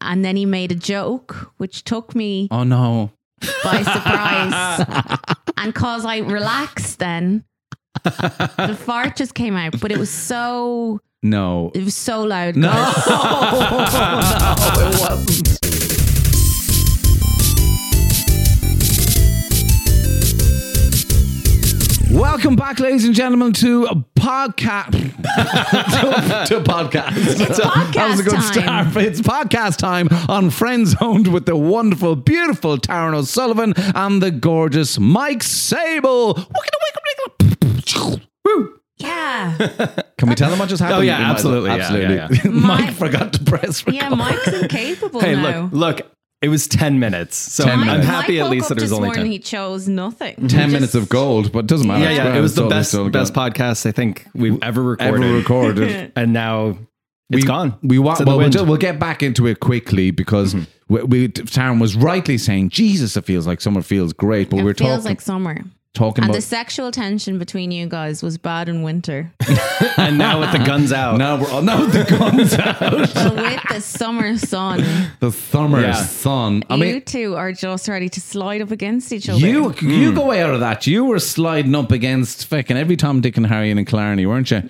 and then he made a joke which took me Oh no. by surprise. and cause I relaxed then, the fart just came out. But it was so No. it was so loud. No. guys. Welcome back, ladies and gentlemen, to a podcast. to, to podcast. So that was a good podcast time. start. It's podcast time on Friends Owned with the wonderful, beautiful Taryn O'Sullivan and the gorgeous Mike Sable. Yeah. Can we tell them what just happened? Oh, yeah, We might as well. absolutely, yeah, absolutely. yeah, Mike Mike- forgot to press record. Yeah, Mike's incapable Hey, now. look, look. It was ten minutes, so 10 I'm, minutes. I'm happy Mike at woke least up that it this was only morning ten. he chose nothing. 10 He minutes just- of gold, but doesn't matter. Yeah, It's yeah, grand. it was the It's best still best good. podcast I think we've ever recorded, ever recorded. and now we, it's gone. We want. It's in the Well, we'll, wind. Mm-hmm. ju- we'll get back into it quickly because we, we, Taryn was rightly saying, "Jesus, it feels like summer feels great," but It we're feels talking like summer. talking And about the sexual tension between you guys was bad in winter. and now with the guns out, now we're on now the guns out, but with the summer sun, the summer Yeah. sun. I you mean, two are just ready to slide up against each other. you you Mm. go way out of that. You were sliding up against fucking every Tom, Dick, and Harry and Clarny, weren't you?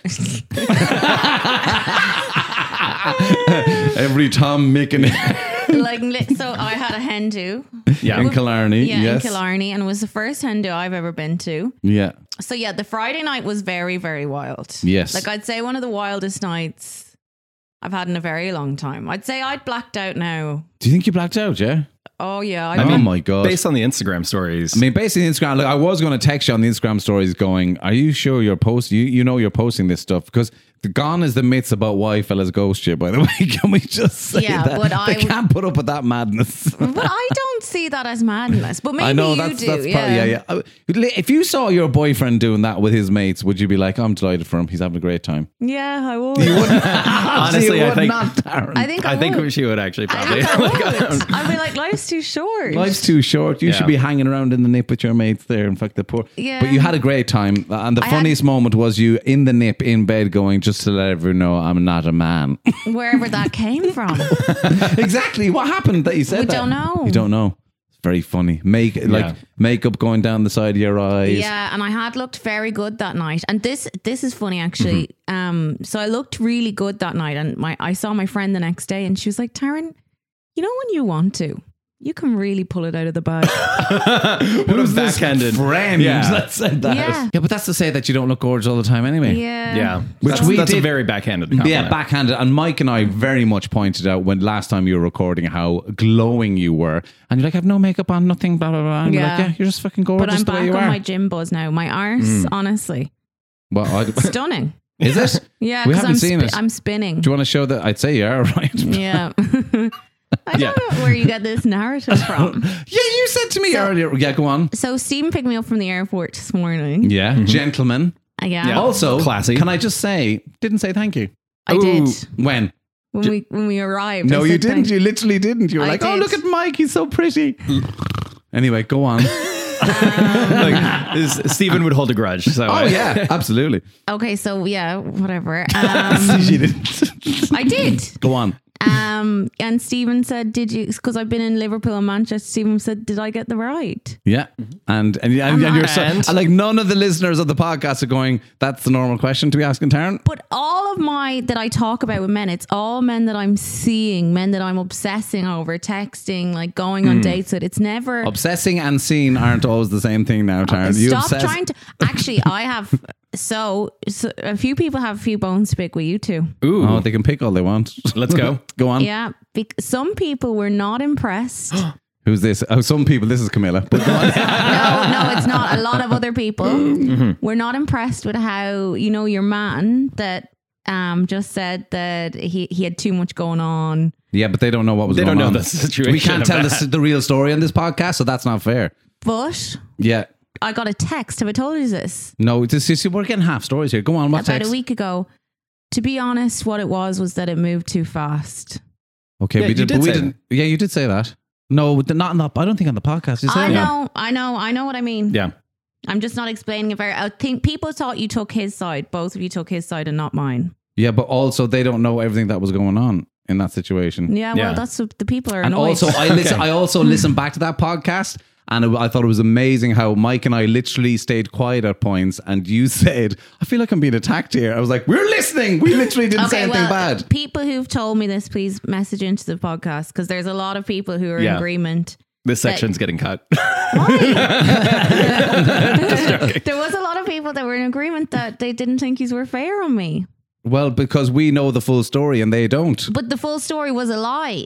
every Tom, Mick, and, like li- so I had a hen do. yeah, and Killarney. Yeah, yes. in Killarney and it was the first hen do I've ever been to. Yeah. So yeah, the Friday night was very, very wild. Yes. Like I'd say one of the wildest nights I've had in a very long time. I'd say I'd blacked out now. Do you think you blacked out? Yeah. Oh yeah. I oh mean, my god. based on the Instagram stories. I mean, basically, Instagram. Look, I was going to text you on the Instagram stories, going, "Are you sure you're posting? You, you know you're posting this stuff because the gone is the myths about why fellas ghost you. By the way, can we just say Yeah, that but they I w- can't put up with that madness? but I don't see that as madness. But maybe I know you that's do. that's yeah. probably yeah yeah. Uh, If you saw your boyfriend doing that with his mates, would you be like, "I'm delighted for him. He's having a great time." Yeah, I would. Honestly, You I would think not, Darren. I think I, I think would. she would actually I probably. think I would. I'd be like, life's too short. Life's too short. You Yeah. should be hanging around in the nip with your mates there. In fact, the poor. Yeah. But you had a great time, Uh, and the I had- funniest moment was you in the nip in bed, going just to let everyone know I'm not a man. Wherever that came from. exactly. What happened that you said? We that? don't know. You don't know. It's very funny. Make like makeup going down the side of your eyes. Yeah, and I had looked very good that night. And this this is funny actually. Mm-hmm. Um, so I looked really good that night, and my I saw my friend the next day, and she was like, "Taryn, you know when you want to, you can really pull it out of the bag." What a backhanded friend Yeah. that said that. Yeah. but that's to say that you don't look gorgeous all the time anyway. yeah, Yeah, Which that's, we that's did- a very backhanded. Compliment. Yeah, backhanded. And Mike and I very much pointed out when last time you were recording how glowing you were. And you're like, I have no makeup on, nothing, blah, blah, blah. And yeah. Yeah. like, yeah, you're just fucking But gorgeous I'm the way back you on are. my gym buzz now. My arse, Mm. honestly, well, I, stunning. is it? Yeah, We 'cause haven't I'm seen spi- it. I'm spinning. Do you want to show that? I'd say you are, right? Yeah, yeah. I Yeah. don't know where you got this narrative from. you said to me So- earlier. Yeah, go on. So Steven picked me up from the airport this morning. Yeah, Oh, gentlemen. Uh, Yeah, Yeah. Also, Classy. Can I just say, didn't say thank you I did Ooh. when? when we when we arrived. I No, you said, didn't. "Thank You literally didn't. You were I like, oh, did. look at Mike. He's so pretty. anyway, go on. like, is, Stephen would hold a grudge. So oh, uh, yeah, absolutely. Okay, so yeah, whatever. Um, she didn't. I did. go on. Um, and Stephen said, "Did you?" Because I've been in Liverpool and Manchester. Stephen said, "Did I get the ride?" Yeah, Mm-hmm. and and, and, and you're so, And? and like none of the listeners of the podcast are going. That's the normal question to be asking Taryn. But all of my that I talk about with men, it's all men that I'm seeing, men that I'm obsessing over, texting, like going on dates with. It's never. Obsessing and seeing aren't always the same thing now, Taryn. you Stop obsess. trying to. Actually, I have. So, so a few people have a few bones to pick with you two. Ooh, oh, they can pick all they want. Let's go. go on. Yeah, bec- some people were not impressed. Who's this? Oh, some people. This is Camilla. But go on. no, no, it's not. A lot of other people Mm-hmm. were not impressed with how you know your man that um just said that he he had too much going on. yeah, but they don't know what was they going don't know on. the situation. we can't of tell that. the, the real story on this podcast, so that's not fair. But Yeah. I got a text. Have I told you this? No, this is, we're getting half stories here. Go on, what About text? a week ago. To be honest, what it was was that it moved too fast. Okay, Yeah, we you did, did but we say didn't. Yeah, you did say that. No, but not in the, I don't think on the podcast. You said I that. know, I know, I know what I mean. Yeah. I'm just not explaining it very. I think people thought you took his side. Both of you took his side and not mine. Yeah, but also they don't know everything that was going on. in that situation. Yeah, well, Yeah. that's what the people are. And annoyed. also, I listen. I also listened back to that podcast, and it, I thought it was amazing how Mike and I literally stayed quiet at points. And you said, "I feel like I'm being attacked here." I was like, "We're listening. We literally didn't say anything bad." People who've told me this, please message into the podcast because there's a lot of people who are in Yeah. agreement. This section's getting cut. There was a lot of people that were in agreement that they didn't think these were fair on me. Well, because we know the full story and they don't. But the full story was a lie.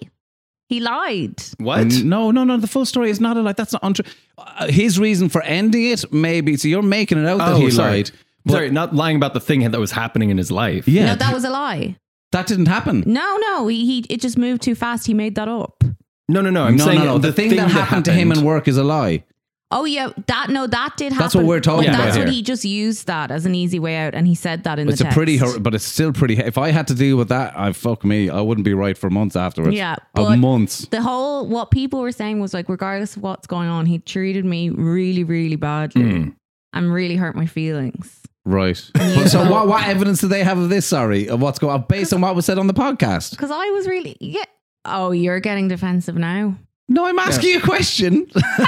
He lied. what? No, no, no. The full story is not a lie. That's not untrue. Uh, his reason for ending it, maybe. So you're making it out that he Oh, sorry. lied. sorry, not lying about the thing that was happening in his life. Yeah, No, that was a lie. that didn't happen. No, no, he, he it just moved too fast. He made that up. No, no, no. I'm no, saying no, no. The, thing, that, happened to him in work is a lie. Oh yeah, that no, that did happen. That's what we're talking But about That's what here. he just used that as an easy way out, and he said that in It's the a text. pretty, hor- but it's still pretty. If I had to deal with that, I fuck me. I wouldn't be right for months afterwards. Yeah, a but- months. the whole what people were saying was like, regardless of what's going on, he treated me really, really badly, Hmm. and really hurt my feelings. Right. But so, what, what evidence do they have of this? Sorry, of what's going on based on what was said on the podcast? Because I was really yeah. Oh, you're getting defensive now. No, I'm asking you a question.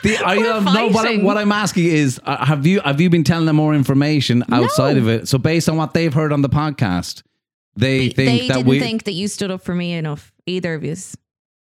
The, are you, We're no, what, I, fighting. what I'm asking is, uh, have you have you been telling them more information outside No. of it? So based on what they've heard on the podcast, they think they that didn't we, think that you stood up for me enough, either of you.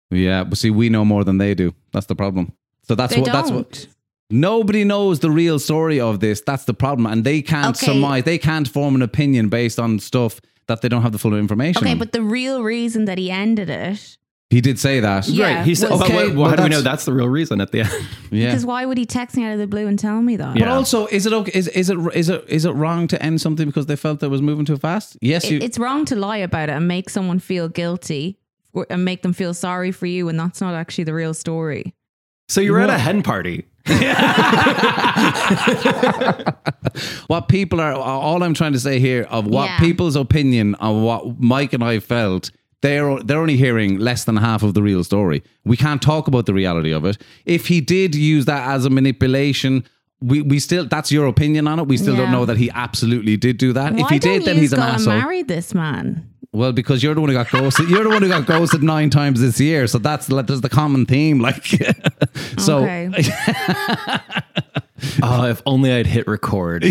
yeah, but see, we know more than they do. That's the problem. So that's They what don't. that's what nobody knows the real story of this. That's the problem, and they can't Okay. surmise, they can't form an opinion based on stuff that they don't have the full information. okay, on. but the real reason that he ended it, he did say that. Yeah. Right. He said, well- but Okay, what- well, how do we that's- know that's the real reason at the end? Yeah. because why would he text me out of the blue and tell me that? But Yeah. also, is it okay? Is is it is it is it wrong to end something because they felt that it was moving too fast? Yes, you. It, it's wrong to lie about it and make someone feel guilty or- and make them feel sorry for you, and that's not actually the real story. So you were at a hen party. what people are all I'm trying to say here of what Yeah. people's opinion on what Mike and I felt they're they're only hearing less than half of the real story. We can't talk about the reality of it. If he did use that as a manipulation, we, we still that's your opinion on it. We still Yeah. don't know that he absolutely did do that. if why he did, don't then you he's an go asshole. and marry this man? Well, because you're the one who got ghosted. you're the one who got ghosted nine times this year. So that's like there's the common theme. Like, so Okay. Oh, if only I'd hit record.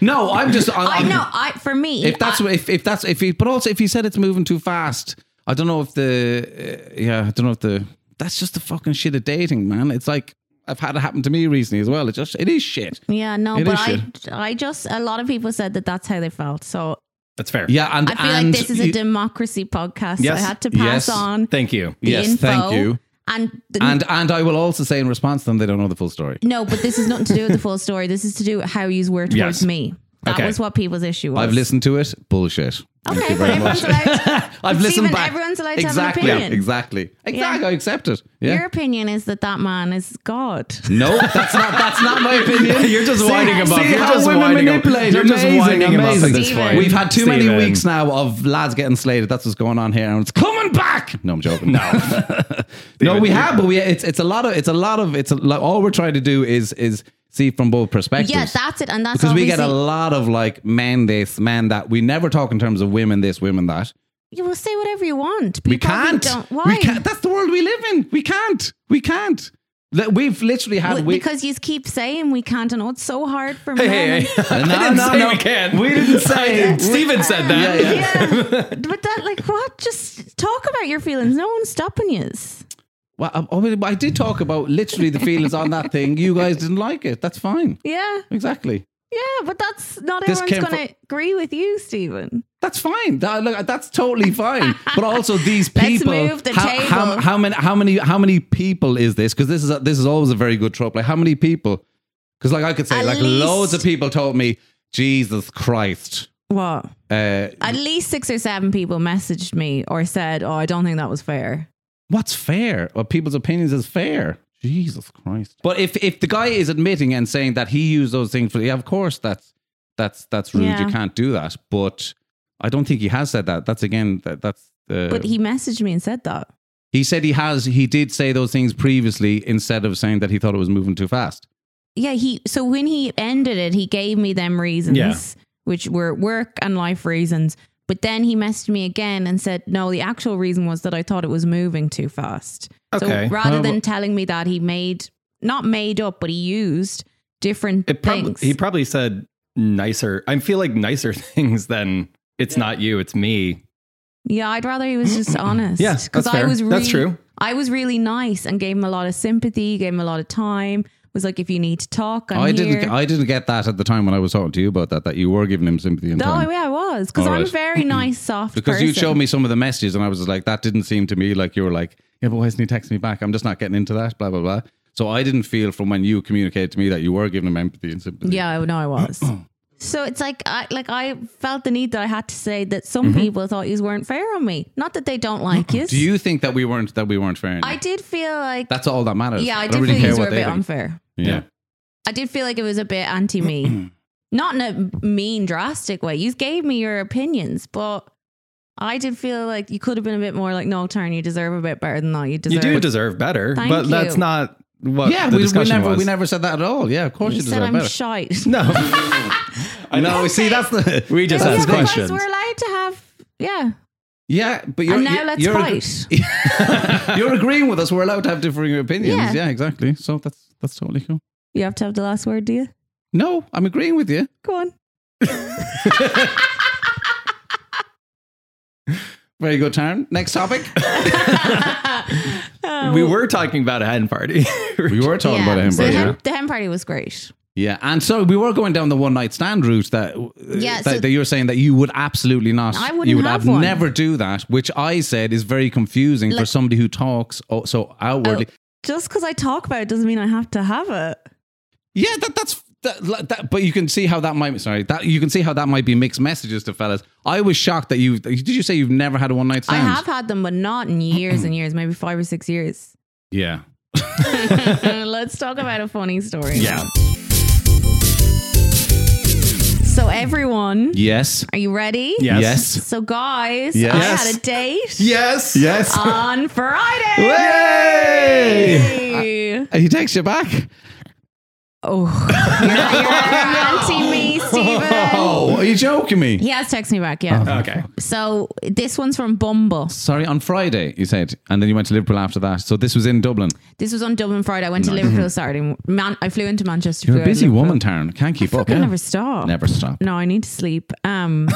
no, I'm just. I'm, I I'm- know. I for me, If that's if if that's if he, but also if he said it's moving too fast, I don't know if the uh, yeah, I don't know if the that's just the fucking shit of dating, man. It's like I've had it happen to me recently as well. It just it is shit. yeah, no, It but is I, I just a lot of people said that that's how they felt. So That's fair. Yeah, and I feel and like this is a you- democracy podcast. Yes, so I had to pass yes. on Thank you. the Yes, info. thank you. And, the, and and I will also say in response to them, they don't know the full story. no, but this is nothing to do with the full story. This is to do with how you were towards Yes. me. That Okay. was what people's issue was. I've listened to it. Bullshit. Thank Okay, you but very much. everyone's allowed. I've But listened Stephen, back. everyone's allowed to have an exactly. opinion. Yeah, exactly. Exactly. Yeah. I accept it. Yeah. Your opinion is that that man is God. no, that's not. That's not my opinion. You're just whining see about. You're how just women whining. ab- manipulate. You're just Amazing, whining about amazing. at this Steven. point. We've had too Steven. many weeks now of lads getting slated. That's what's going on here, and it's coming back. No, I'm joking. No, no, we have, but we it's it's a lot of it's a lot of it's a lot, all we're trying to do is is see from both perspectives. yeah, that's it, and that's because we get a obviously- lot of like man this, man that. We never talk in terms of women this, women that. You will say whatever you want. We People probably can't. Don't, why? We can't. That's the world we live in. We can't. We can't. Li- We've literally had W- we- because you keep saying we can't, and oh, it's so hard for Hey, men. hey, hey. I No, didn't no, say no. we can. We didn't say. Steven said that. Yeah, Yeah, but that like what? Just talk about your feelings. No one's stopping you. Well, I, I mean, I did talk about literally the feelings on that thing. You guys didn't like it. That's fine. Yeah, Exactly. yeah, but that's not This everyone's came going to agree with you, Stephen. That's fine. That- look, that's totally fine. But also these Let's people. move the how, How, table. how many? How many? How many people is this? Because this is a, this is always a very good trope. Like how many people? Because like I could say, At like least- loads of people told me, Jesus Christ. What? Uh, At least six or seven people messaged me or said, "Oh, I don't think that was fair." what's fair? What people's opinions is fair. Jesus Christ. But if if the guy is admitting and saying that he used those things for yeah, of course that's that's that's rude. Yeah. You can't do that. But I don't think he has said that. That's again that that's uh, But he, he messaged me and said that. said he has he did say those things previously instead of saying that he thought it was moving too fast. yeah he so when he ended it he gave me them reasons Yeah. which were work and life reasons But then he messaged me again and said, no, the actual reason was that I thought it was moving too fast. So Okay. rather Oh, than well- telling me that, he made, not made up, but he used different It probably things. he probably said nicer. I feel like nicer things than it's not you, it's me. yeah, I'd rather he was just honest. Yeah, that's Because I fair. was really, That's true. I was really nice and gave him a lot of sympathy, gave him a lot of time. Was like, if you need to talk, I'm Oh, I here. didn't. I didn't get that at the time when I was talking to you about that. That you were giving him sympathy and Oh time. yeah, I was because All I'm a right. very nice, soft. Because you person. showed me some of the messages, and I was just like, that didn't seem to me like you were like, yeah, but why isn't he texting me back? I'm just not getting into that. Blah blah blah. So I didn't feel from when you communicated to me that you were giving him empathy and sympathy. Yeah, I know I was. so it's like, I, like I felt the need that I had to say that some people thought you weren't fair on me. Not that they don't like you. Mm-hmm. Do you think that we weren't that we weren't fair? enough? I did feel like, That's all that matters. yeah, I did don't really feel care you were what a they bit think. unfair. Yeah. I did feel like it was a bit anti me, not in a mean, drastic way. You gave me your opinions, but. I did feel like you could have been a bit more like, no, Taryn, you deserve a bit better than that. You deserve. You do deserve better, Thank but you. that's not what yeah, the we, we discussion never was. we never said that at all. Yeah, of course You you, said deserve I'm better. shite. no, I know. See, that's the we just yeah, asked but guys, questions. we're allowed to have. Yeah, yeah. But you're, and now you- let's you're, fight. You're agreeing with us. We're allowed to have differing opinions. Yeah. Yeah, exactly. So that's that's totally cool. You have to have the last word, do you? No, I'm agreeing with you. Go on. Very good, Taryn. Next topic. We were talking about a hen party. we were talking about a hen So party. the, Yeah. hen, the hen party was great. and so we were going down the one night stand route that uh, Yeah, that, so- that you were saying that you would absolutely not. I wouldn't you would have have one. never do that, which I said is very confusing for Like- somebody who talks oh, so outwardly. Just because I talk about it doesn't mean I have to have it. Yeah, that, that's that, like, that. But you can see how that might. Sorry, that you can see how that might be mixed messages to fellas. I was shocked that you. Did you say you've never had a one night I stand? have had them, but not in years and years, maybe five or six years. Uh, Yeah. Let's talk about a funny story. yeah. So, everyone, Yes. are you ready? Yes. Yes. So, guys, I Yes. had a date Yes. Yes. on Friday. Hey! Hey. He takes you back. Oh, you're, you're anti me, Stephen. Oh, are you joking me? He has texted me back, yeah. Okay. So this one's from Bumble. Sorry, on Friday you said, and then you went to Liverpool after that. So this was in Dublin. This was on Dublin Friday. I went to Liverpool Saturday. Man, I flew into Manchester. Mm-hmm. flew out You're a of busy Liverpool. woman, Taryn. Can't keep up. Fucking Yeah. never stop. Never stop. No, I need to sleep. Um,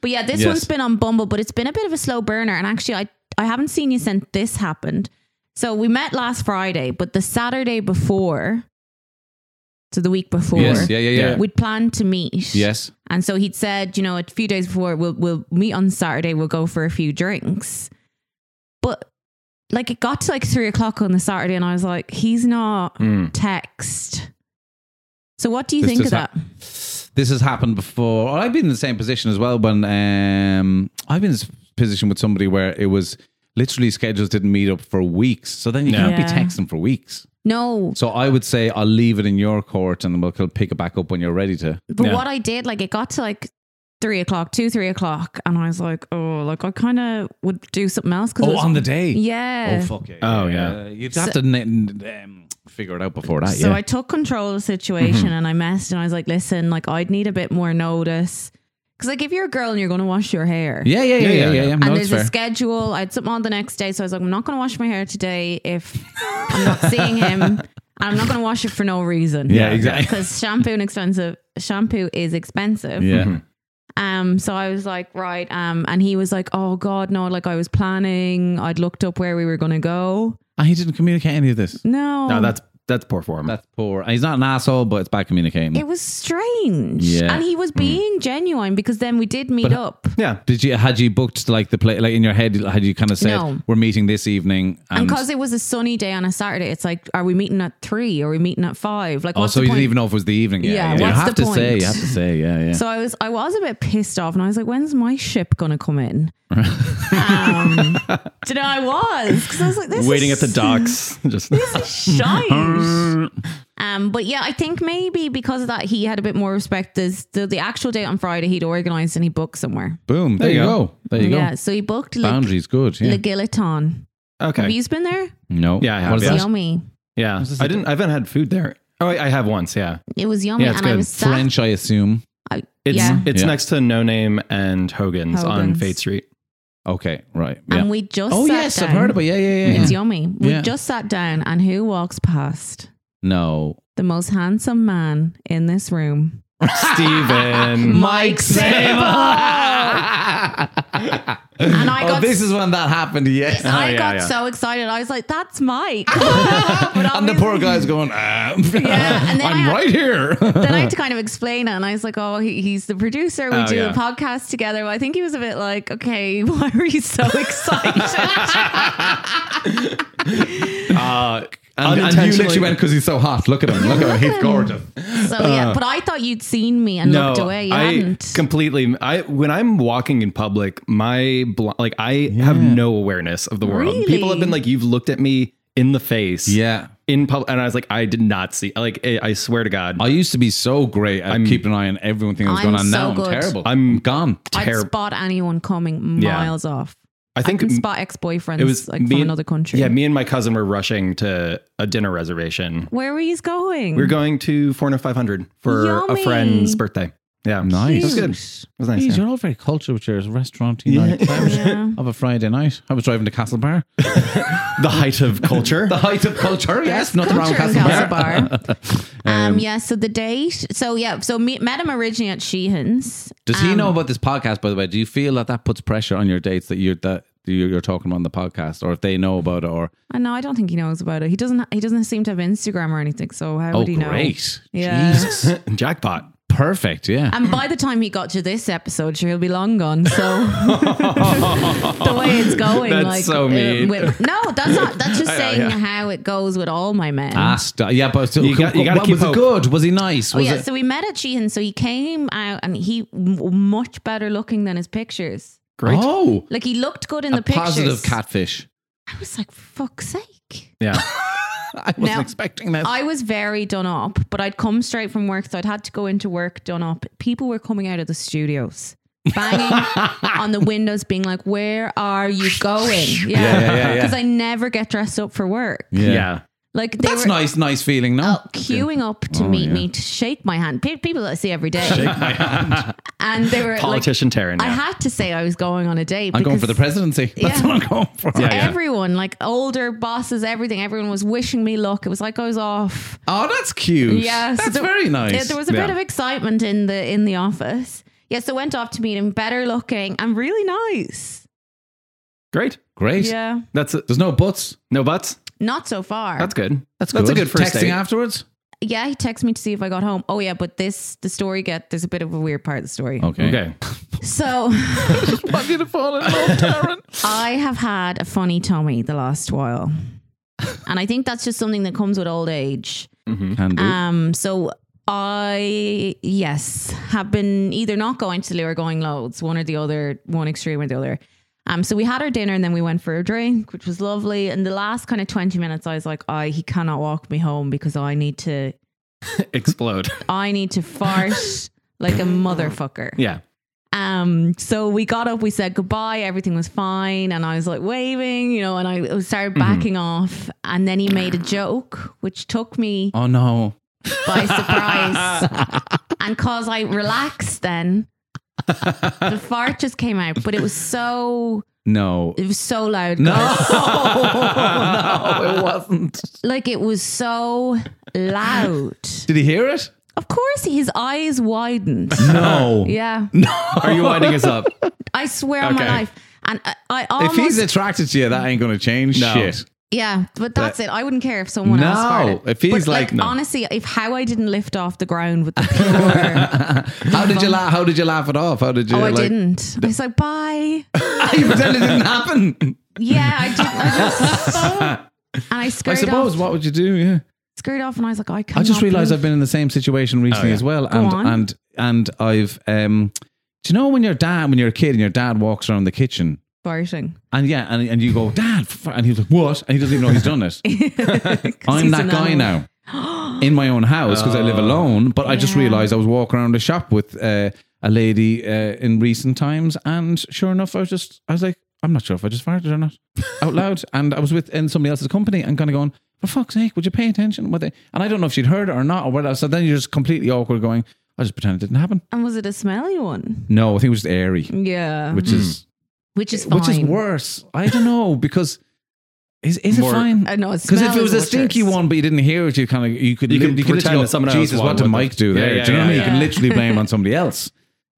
but yeah, this Yes. one's been on Bumble, but it's been a bit of a slow burner. And actually, I I haven't seen you since this happened. So we met last Friday, but the Saturday before, so the week before, Yes. Yeah. Yeah. Yeah. Yeah. we'd planned to meet. Yes. And so he'd said, you know, a few days before, we'll we'll meet on Saturday. We'll go for a few drinks. But like it got to like three o'clock on the Saturday, and I was like, he's not text. So what do you Hmm. This think of just that? hap- This has happened before. Well, I've been in the same position as well when um, I've been in this position with somebody where it was literally schedules didn't meet up for weeks. So then you Yeah. can't Yeah. be texting for weeks. no, So I would say I'll leave it in your court and we'll pick it back up when you're ready to. but Yeah. what I did, like it got to like three o'clock, two, three o'clock, and I was like, oh, like I kind of would do something else because Oh, on the day. yeah. Oh fuck yeah! Oh, yeah. Uh, you'd have to n- n- um, figure it out before that. So yeah. Mm-hmm. I took control of the situation and I messaged and I was like, listen, like I'd need a bit more notice. Cause like if you're a girl and you're gonna wash your hair. yeah, yeah, yeah, yeah, yeah, yeah. No, and it's there's fair. a schedule. I had something on the next day, so I was like, I'm not going to wash my hair today if I'm not seeing him. And I'm not going to wash it for no reason. Yeah, exactly. Because shampoo and expensive shampoo is expensive. yeah. Mm-hmm. Um. So I was like, right. Um. And he was like, oh god, no. Like I was planning. I'd looked up where we were going to go. And he didn't communicate any of this. No. No, that's that's poor form. That's poor. And he's not an asshole, but it's bad communicating. It was strange. Yeah. Hmm. And he was being genuine because then we did meet up. yeah. Did you had you booked like the play like in your head? Had you kind of said No. we're meeting this evening? And because it was a sunny day on a Saturday, it's like, are we meeting at three? Are we meeting at five? Like, oh, what's so the you point? didn't even know if it was the evening. Yeah, you what's the have to say. point? You have to say. Yeah, yeah. So I was I was a bit pissed off, and I was like, "When's my ship gonna come in?" um, do you know I was because I was like, this Waiting at is the docks. Just shite." um, but yeah, I think maybe because of that, he had a bit more respect. As the, the actual date on Friday, he'd organized and he booked somewhere. Boom. There, There you you go. There you yeah, go. so he booked Le, Boundaries. Good. Yeah. Le Guillotin. Have okay. you been there? no. Yeah, I have, What is yeah. that? It's yummy. Yeah. I didn't I haven't had food there. Oh, I, I have once, yeah. It was yummy, Yeah, it's and I good. was sat. French, I assume. I, It's Yeah. it's Yeah. next to No Name and Hogan's, on Hogan's. Fate Street. Okay, right. And Yeah. we just Oh sat yes, down. I've heard about. Yeah, yeah, yeah. It's yeah. yummy. We Yeah. just sat down, and who walks past? No, The most handsome man in this room. Steven. Mike Oh Sable. And I oh, got this is when that happened. Yes. I Oh, yeah, got yeah. so excited. I was like, "That's Mike." But and the poor obviously- guy's going, ah, and then I'm I- right here. Then I had to kind of explain it, and I was like, "Oh, he, he's the producer. We Oh, do yeah. a podcast together." Well, I think he was a bit like, "Okay, why are you so excited?" Uh, and, and you literally went because he's so hot. Look at him. Look at him. He's gorgeous. so yeah, but I thought you'd seen me and looked away. You Uh. I hadn't. completely. I when I'm walking in public, my bl- like I have no awareness of the world. People have Really? been like, "You've looked at me in the face, Yeah. in public," and I was like, "I did not see." Like, I I swear to God, I used to be so great at keeping an eye on everything that was I'm going on. so now good. I'm terrible. I'm- gone. I'd terrib- spot anyone coming Yeah. miles off. I I think can spot ex-boyfriends it was like me from and- another country. Yeah, me and my cousin were rushing to a dinner reservation. Where were you going? We were going to Forno 500 for a Yummy. friend's birthday. Yeah, Nice. It was good. It Cute. was nice. yeah. you're all very cultured with your restaurant Yeah. night times Yeah. of a Friday night. I was driving to Castlebar. The height of culture. The height of culture, yes. Nothing wrong with Culture in Castlebar. Castlebar. um, yeah, so the date. So yeah, so me, met him originally at Sheehan's. Does he know about this podcast? By the way, do you feel that that puts pressure on your dates that you're that you're you're talking about on the podcast, or if they know about it, or I know. I don't think he knows about it. He doesn't. He doesn't seem to have Instagram or anything. So how oh would he know? great, Yeah. Um, Jesus, Jackpot. perfect, yeah. And by the time he got to this episode, sure he'll be long gone. So the way it's going, That's like so uh, mean. with- no, that's not. That's just saying yeah. Ah, how it goes with all my men. Asked, uh, yeah, but so, You got- you gotta what- keep was hope. it good? Was he nice? Oh Was yeah, it? so we met at Sheehan. So he came out and he m- much better looking than his pictures. Great. Oh, Like he looked good in a the pictures. positive catfish. I was like, for fuck's sake. Yeah. I wasn't Now- expecting that. I was very done up, but I'd come straight from work, so I'd had to go into work done up. People were coming out of the studios, banging on the windows, being like, "Where are you going?" Yeah, because yeah, yeah, yeah. I never get dressed up for work. Yeah. Like they that's were Oh, nice, Oh, nice feeling. No, out queuing up to meet me to shake my hand. Pe- People that I see every day, and they were like, Politician Taryn. I yeah. had to say I was going on a date. I'm going for the because presidency. That's Yeah. what I'm going for. Yeah. Everyone, like older bosses, everything, everyone was wishing me luck. It was like I was off. Oh, that's cute. Yeah, so that's there- very nice. Yeah, there was a bit Yeah. of excitement in the in the office. Yeah, so went off to meet him, better looking and really nice. Great. Great. Yeah, That's it. There's no buts. no buts. not so far. That's good. That's a good first texting date. afterwards. yeah, he texted me to see if I got home. Oh yeah, but this the story get there's a bit of a weird part of the story. Okay. So I'm gonna fall in love, Taryn. I have had a funny tummy the last while, and I think that's just something that comes with old age. Can do. Um, so I yes have been either not going to the loo or going loads, one or the other, one extreme or the other. Um, so we had our dinner and then we went for a drink, which was lovely. And the last kind of twenty minutes, I was like, I he cannot walk me home because I need to Explode. I need to fart like a motherfucker. Yeah. Um, so we got up, we said goodbye, everything was fine, and I was like waving, you know, and I started backing off, and then he made a joke, which took me oh no. by surprise. and cause I relaxed then, the fart just came out, but it was so No. it was so loud. No. guys. no, it wasn't. Like it was so loud. Did he hear it? Of course his eyes widened. No. Yeah. Are you winding us up? I swear on my Okay. life. And I, I If almost he's attracted to you, that ain't going to change No. shit. Yeah, but that's it. I wouldn't care if someone else No, farted. if he's But, like- no. honestly, if how I didn't lift off the ground with the pure How did you laugh? How did you laugh it off? How did you? Oh, I like, didn't. I was like, bye. you pretend it didn't happen. Yeah, I did. I just and I I scurried suppose. off, What would you do? Yeah. scurried off, and I was like, I can't. I just realized I've been in the same situation recently yeah. as well, Oh, Go on. and and and I've um. Do you know when your dad, when you're a kid, and your dad walks around the kitchen, farting. and yeah, and, and you go, Dad, f-" and he's like, what? And he doesn't even know he's done it. 'Cause I'm he's that an guy animal. now. in my own house because I live alone. But I just Oh. Yeah. realized I was walking around the shop with uh, a lady uh, in recent times, and sure enough, I was just I was like, I'm not sure if I just farted or not out loud, and I was with in somebody else's company, and kind of going, for fuck's sake, would you pay attention? What they? And I don't know if she'd heard it or not, or whether. So then you're just completely awkward, going, I just pretend it didn't happen. And was it a smelly one? No, I think it was just airy, Yeah. which is Which is Mm. fine. which is worse. I don't know because is is More- it fine? I know Uh, it Because if smells it was a worse. stinky one, but you didn't hear it, you kind of you could You li- could you could pretend literally that someone else Jesus, what won did with Mike it." do Yeah, there? yeah, do you know what I mean? yeah, You can yeah. literally blame on somebody else.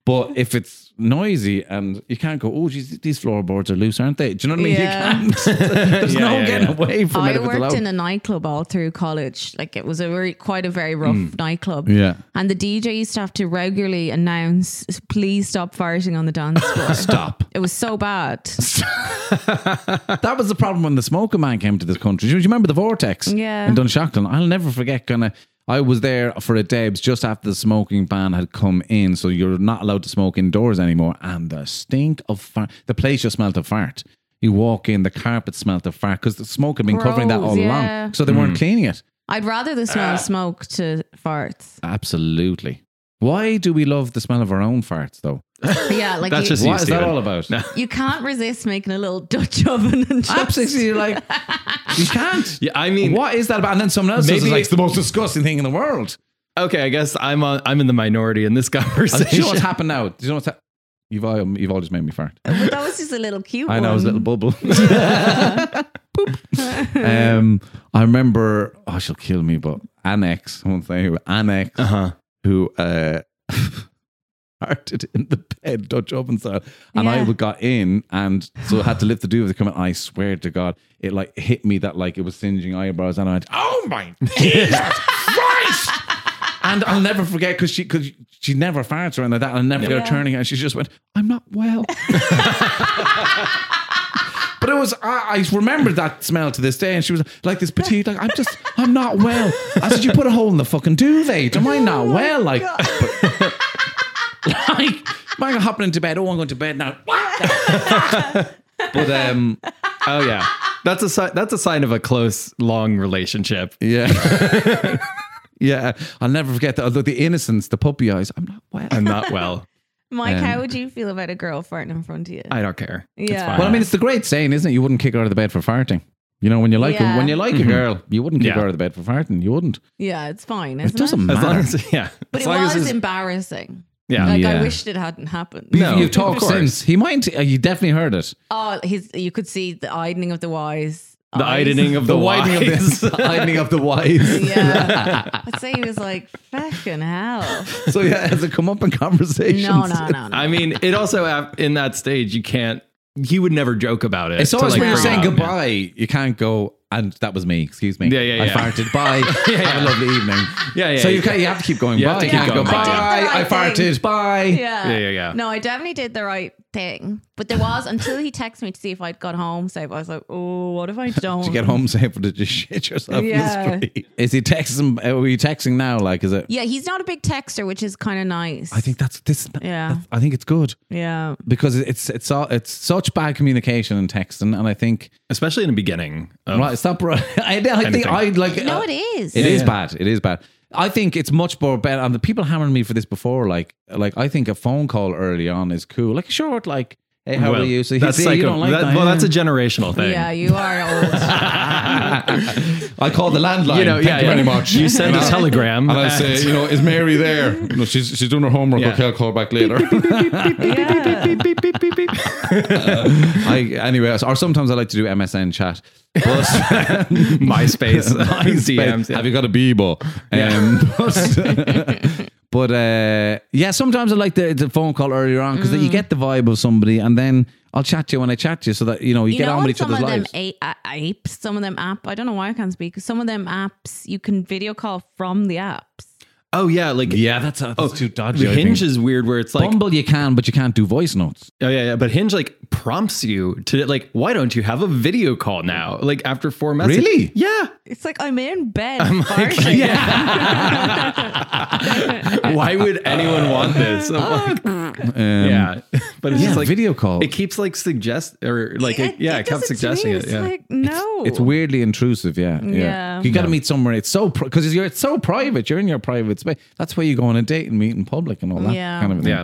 But if it's noisy and you can't go, oh, geez, these floorboards are loose, aren't they? Do you know what I mean? Yeah. You can't. There's Yeah, no yeah, getting yeah. away from it. I if it's worked loud. in a nightclub all through college. Like it was a very quite a very rough nightclub. Mm. Yeah. And the DJ used to have to regularly announce, please stop farting on the dance floor. Stop. it was so bad. That was the problem when the smoker man came to this country. Do you remember the vortex? Yeah. In Dunshaughlin. I'll never forget kind of I was there for a Debs just after the smoking ban had come in, so you're not allowed to smoke indoors anymore. And the stink of fart the place just smelled of fart. You walk in, the carpet smelled of fart because the smoke had been covering that Gross, all yeah. along. So they Hmm. weren't cleaning it. I'd rather the smell of Ah. smoke to farts. Absolutely. Why do we love the smell of our own farts though? Yeah, like That's you, just- What is that Stephen. all about? you can't resist making a little Dutch oven and just Absolutely, you're like you can't. Yeah, I mean, what is that about? And then someone else Maybe- says it's like it's the most disgusting thing in the world. okay, I guess I'm on, I'm in the minority in this Do you know conversation. what's happened now? Do you know what's hap You've all, you've all just made me fart. But that was just a little cute I know, it was a little one. bubble. Boop. um, I remember, oh, she'll kill me, but Annex, I won't say who, Annex, Uh huh. who uh, farted in the bed, Dutch oven style. And Yeah. I got in and so had to lift the duvet to come out. I swear to God, it like hit me that like it was singeing eyebrows. And I went, oh my Jesus Christ! And I'll never forget because she cause she never farts around like that. And I never got Yeah. her turning, and she just went, "I'm not well." but it was I, I remember that smell to this day, and she was like this petite, like I'm just I'm not well. I said, "You put a hole in the fucking duvet. Am I Oh not well?" Like, but- like, am I hopping into bed? Oh, I'm going to bed now. but um, Oh yeah. That's a si- that's a sign of a close, long relationship. yeah. Yeah, I'll never forget that. Although the innocence, the puppy eyes, I'm not well. I'm not well. Mike, Um, how would you feel about a girl farting in front of you? I don't care. It's Yeah. fine. Well, I mean, it's the great saying, isn't it? You wouldn't kick her out of the bed for farting. You know, when you like Yeah. a, when you like a girl, you wouldn't kick Mm-hmm. Yeah. her out of the bed for farting. You wouldn't. yeah, it's fine. It Isn't doesn't it? matter. as long as yeah, But as it long as was it's- embarrassing. yeah. Like I Yeah. wished it hadn't happened. You- No, You've talked of course. since. He might. Uh, you definitely heard it. Oh, his you could see the widening of the wise. the eyes. widening of the, wise. the widening of the wise. Yeah. I'd say he was like, fucking hell. So yeah, has it come up in conversations? No, no, no, no. I mean, it also af- in that stage you can't. He would never joke about it. It's to, always like, when you're bring saying it up. goodbye, you can't go. And that was me. Excuse me. Yeah, yeah, I yeah. farted. Bye. Have a lovely evening. Yeah, yeah. so you yeah. can't. You have to keep going. You bye. have to you keep can't go. going, Bye. yeah. I did the I, right thing. farted. Bye. Yeah. Yeah, yeah, yeah. No, I definitely did the right thing. But there was, until he texted me to see if I'd got home safe, I was like, oh, what if I don't? Did you get home safe or did you shit yourself in Yeah. the street? Is he texting? Are you texting now? Like, is it? Yeah, he's not a big texter, which is kind of nice. I think that's this. Yeah. I think it's good Yeah. because it's it's all, it's such bad communication and texting, and I think especially in the beginning. Of, right. Stop. right. I, I think Oh. Anything. I like. No, uh, it is. It is yeah. bad. It is bad. I think it's much more better. And the people hammering me for this before, like, like I think a phone call early on is cool. Like a short, like, hey, how Well, are you? So that's you, psycho- you don't like that- that. Well, yeah. that's a generational thing. Yeah, you are old. I call the landline. You know, Thank yeah, you yeah. very much. You send a And I- telegram, And I say, you know, is Mary there? No, she's she's doing her homework. Yeah. Okay, I'll call back later. yeah. beep, beep, beep, beep. I anyway, or sometimes I like to do MSN chat. But MySpace, DMs. Space. yeah. Have you got a Bebo? Um, but- but uh, yeah, sometimes I like the, the phone call earlier on because then Mm. you get the vibe of somebody, and then I'll chat to you when I chat to you, so that you know you, You get know on with what each some other's of them lives. a- a- apps, some of them app, I don't know why I can't speak. Some of them apps, you can video call from the apps. Oh yeah, like yeah, that's, that's Oh, too dodgy. the I think. Hinge is weird, where it's like, Bumble you can, but you can't do voice notes. oh yeah, yeah, but Hinge like prompts you to like, why don't you have a video call now? Like after four messages, Really? Yeah. It's like I'm in bed. farting. why would anyone want this? I'm like, Um, yeah, but it's yeah, just like video call. It keeps like suggest or like it, yeah, it, does kept to me. suggesting it. It's Yeah. like, no. It's weirdly intrusive, yeah. Yeah. Yeah. You got to meet somewhere. It's so because you're it's so private. You're in your private space. That's where you go on a date and meet in public and all that Yeah. kind of thing. yeah.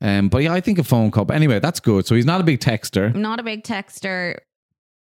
Um, but yeah, I think a phone call. But anyway, that's good. So he's not a big texter. Not a big texter.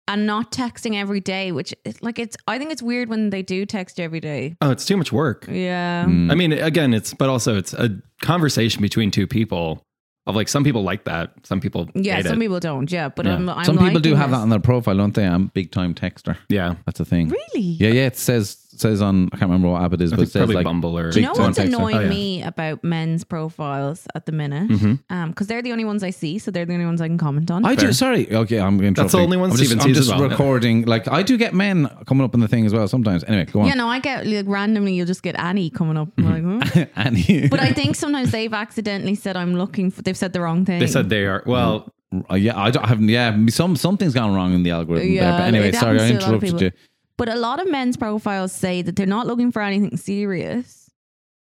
and not texting every day, which is- like it's I think it's weird when they do text you every day. Oh, it's too much work. Yeah. I Mm. mean, again, it's but also it's a conversation between two people. Of like, some people like that. Some people Yeah, hate some it. people don't. Yeah, but Yeah. I'm, I'm Some people do liking have this. that on their profile, don't they? I'm big time texter. yeah, That's a thing. Really? Yeah, yeah. It says says on I can't remember what app it is, but it It's says probably like Bumble or Do you know Don't what's text her. annoying Oh, yeah. Mm-hmm. me about men's profiles at the minute? Because they're the only ones I see, so they're the only ones I can comment on. I do. Sorry. Okay, I'm interrupting. That's the only one I'm Stephen just, I'm sees just as well. recording. Like I do get men coming up on the thing as well sometimes. Anyway, go on. yeah, no, I get like randomly you'll just get Annie coming up. I'm Mm-hmm. Like, huh? Annie. but I think sometimes they've accidentally said I'm looking for. They've said the wrong thing. They said they are. Well, Uh, yeah, I don't I haven't. Yeah, some something's gone wrong in the algorithm Yeah, there. But anyway, it sorry, I happens to a lot of interrupted you. people. But a lot of men's profiles say that they're not looking for anything serious,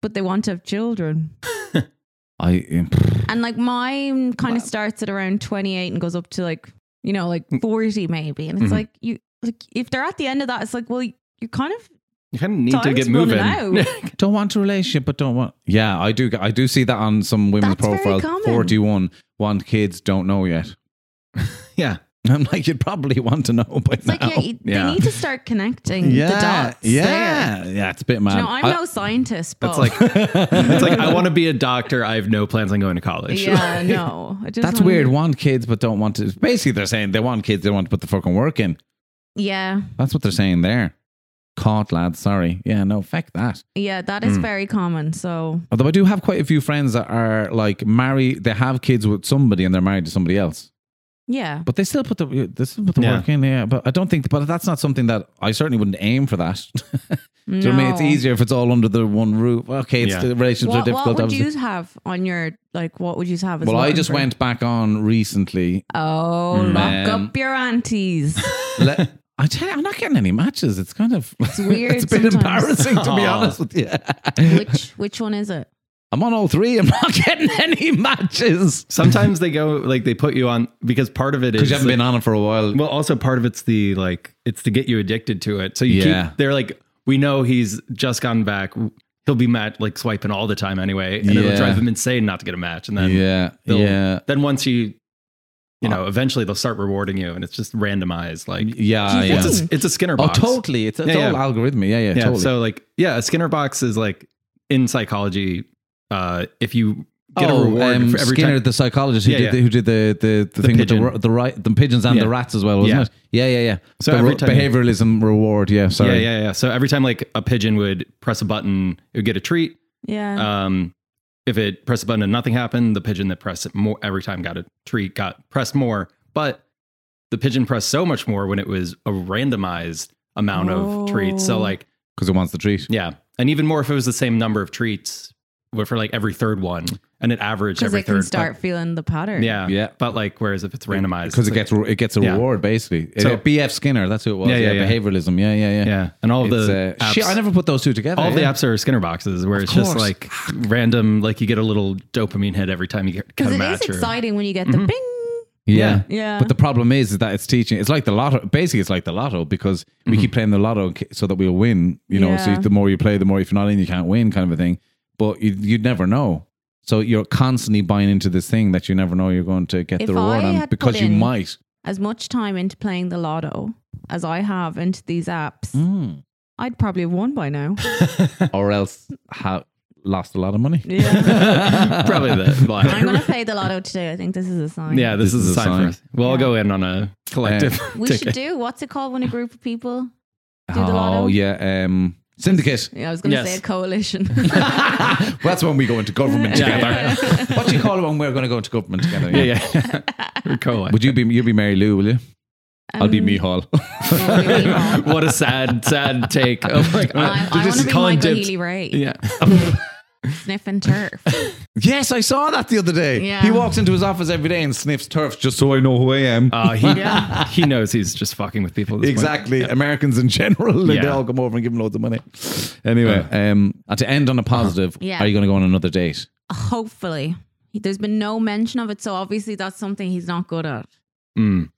but they want to have children. I And like mine kind of starts at around 28 and goes up to like, you know, like Mm. 40 maybe. And it's Mhm. like, you, like, if they're at the end of that, it's like, well, you kind of, you kind of need to Time's get running moving. out. don't want a relationship, but don't want. Yeah, I do. I do see that on some women's That's very profiles. common. Forty-one want kids, don't know yet. yeah, I'm like, you'd probably want to know by it's like, now. yeah, you, Yeah. they need to start connecting the dots. There. yeah, yeah. It's a bit mad. No, I'm I- no scientist, but it's like it's like I want to be a doctor. I have no plans on going to college. yeah, no, I just that's wanna- weird. Want kids, but don't want to. Basically, they're saying they want kids, they want to put the fucking work in. Yeah, That's what they're saying there. Caught, lad. Sorry. Yeah, no, feck that. yeah, that Hmm. is very common. So Although I do have quite a few friends that are like married, they have kids with somebody and they're married to somebody else, yeah, but they still put the they still put the Yeah. work in. Yeah, but I don't think, but that's not something that I certainly wouldn't aim for that. Do you know what I mean? It's No. easier if it's all under the one roof. Okay, it's Yeah. the relationships What, are difficult. what would obviously. you have on your like? What would you have? As well, I looking just for- went back on recently. Oh, Man. lock up your aunties. Le- I tell you, I'm not getting any matches. It's kind of it's weird it's a bit sometimes. embarrassing to be Aw. honest with you. which which one is it? I'm on all three. I'm not getting any matches Sometimes they go like they put you on because part of it is because you haven't been on it for a while. well, also part of it's the like it's to get you addicted to it. So you Yeah. keep they're like we know he's just gone back. He'll be mat like swiping all the time anyway, and Yeah. it'll drive him insane not to get a match. And then yeah, they'll- yeah, Uh, then once you you know eventually they'll start rewarding you, and it's just randomized like. yeah, Do you yeah. think- It's a, it's a Skinner Oh, box. totally. It's, it's Yeah, all yeah. algorithmic. Yeah, yeah, yeah totally. so like yeah a skinner box is like in psychology uh if you get a reward um, for every Skinner, time the psychologist who Yeah, did yeah. the, who did the the, the, thing pigeon. with the, ro- the ri- the pigeons and Yeah. the rats as well, wasn't Yeah. it? Yeah, yeah, yeah. So The every ro- time- behavioralism reward. Yeah, yeah sorry. yeah yeah so every time like a pigeon would press a button it would get a treat Oh, Yeah. um if it pressed a button and nothing happened the pigeon that pressed it more every time got a treat got pressed more but the pigeon pressed so much more when it was a randomized amount of treats so Oh. like because it wants the treat. yeah and even more if it was the same number of treats but for like every third one and it averaged Because every they can third start feeling the pattern. Yeah. Yeah. But like, whereas if it's randomized, because it it's gets it gets a Yeah. reward basically. So- Uh, BF Skinner, that's who it was. Yeah, yeah, yeah. behavioralism. Yeah, yeah, yeah. like- yeah. And all of It's, the uh, apps, shit, I never put those two together. all of the yeah. apps are Skinner boxes where it's just course. like random, like you get a little dopamine hit every time you get, get Because it a is match. or- exciting when you get the bing. Yeah. Yeah. Mm-hmm. But the problem is, is that it's teaching. It's like the lotto. Basically, it's like the lotto because we keep playing the lotto ki- so that we'll win. You know, Mm-hmm. Yeah. so the more you play, the more if you're not in, you can't win, kind of a thing. But you, you'd never know. So you're constantly buying into this thing that you never know you're going to get If the reward I on had because put you in- might. as much time into playing the lotto as I have into these apps, Mm. I'd probably have won by now. or else ha- lost a lot of money. Yeah. Probably the I'm going latter. to play the lotto today. I think this is a sign. Yeah, this, is, a sign, for us. We'll all Yeah. go in on a collective We should ticket. do what's it called when a group of people? Do the oh lotto? yeah, um, syndicate. Yeah, I was going to Yes. say a coalition. Well, that's when we go into government Yeah, together. yeah, Um, What do you call it when we're going to go into government together? Yeah, yeah. Or co Would you be you'll be Mary Lou, will you? I'll be Mm. Mihal. I, What a sad, sad take. Oh my God. I They're want just to be calling Michael dibs. Healy Ray, Yeah. sniffing turf. yes, I saw that the other day. Yeah. Oh, He walks into his office every day and sniffs turf just so I know who I am. Uh, he, Yeah. he knows he's just fucking with people. At this point. exactly. Americans in general, like, they Yeah. all come over and give him loads of money. Anyway, um, and to end on a positive, Uh-huh. Yeah. are you going to go on another date? Hopefully. There's been no mention of it, so obviously that's something he's not good at. Mm.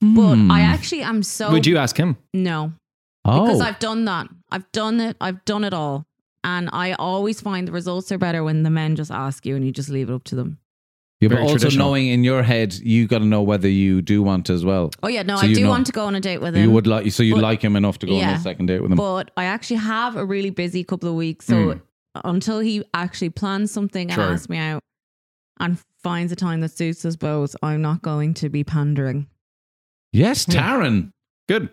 But Hmm. I actually am so Hmm. Would you ask him? no because Oh. I've done that. I've done it. I've done it all, and I always find the results are better when the men just ask you and you just leave it up to them. Yeah, but Very also traditional. knowing in your head, you got to know whether you do want as well. Oh yeah, no, So I you do know- want to go on a date with him. You would like, so you But- like him enough to go on Yeah. a second date with him. but I actually have a really busy couple of weeks. So Hmm. Mm. until he actually plans something Sure. and asks me out and finds a time that suits us both, I'm not going to be pandering. yes, Yeah. Taryn, Good.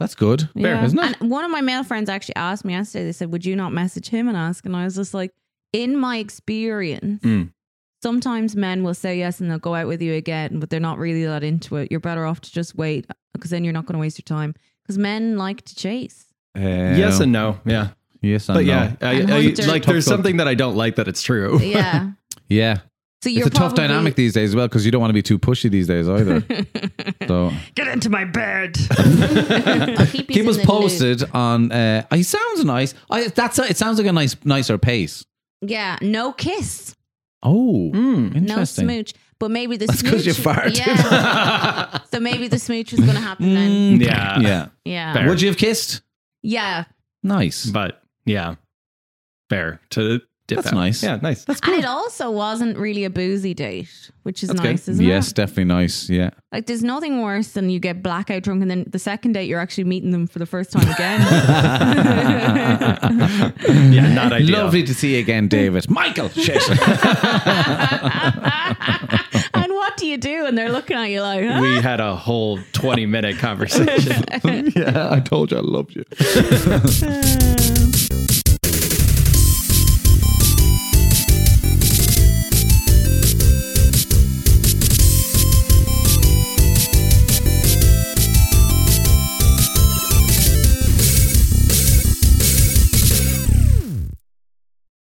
that's good, isn't it? And one of my male friends actually asked me yesterday, they said, Would you not message him and ask? And I was just like, In my experience, Hmm. Mm. sometimes men will say yes and they'll go out with you again, but they're not really that into it. You're better off to just wait because then you're not going to waste your time. Because men like to chase. Uh, Yes and no. Yeah. yes, and But no. yeah, I, And I- hunter. like Tough there's cookie. something that I don't like that it's true. Yeah. yeah. So It's you're a tough probably- dynamic these days as well because you don't want to be too pushy these days either. so Get into my bed. keep keep you us in the posted on. Uh, he sounds nice. I, that's a, it. Sounds like a nice, nicer pace. loop. Yeah, no kiss, Oh, Mm. no interesting. smooch. But maybe the That's 'cause smooch. you farted. Yeah. so maybe the smooch is going to happen then. Mm, Yeah. yeah. Yeah. Fair. Would you have kissed? Yeah. Nice. But yeah, fair to dip That's out. nice. Yeah, nice. That's And it also wasn't really a boozy date, which is That's good. nice, isn't yes, it? definitely nice. Yeah. Like, there's nothing worse than you get blackout drunk, and then the second date you're actually meeting them for the first time again. yeah, not ideal. Lovely to see you again, David. Michael, shit. and what do you do? And they're looking at you like, huh? We had a whole 20 minute conversation. yeah, I told you I loved you. Uh,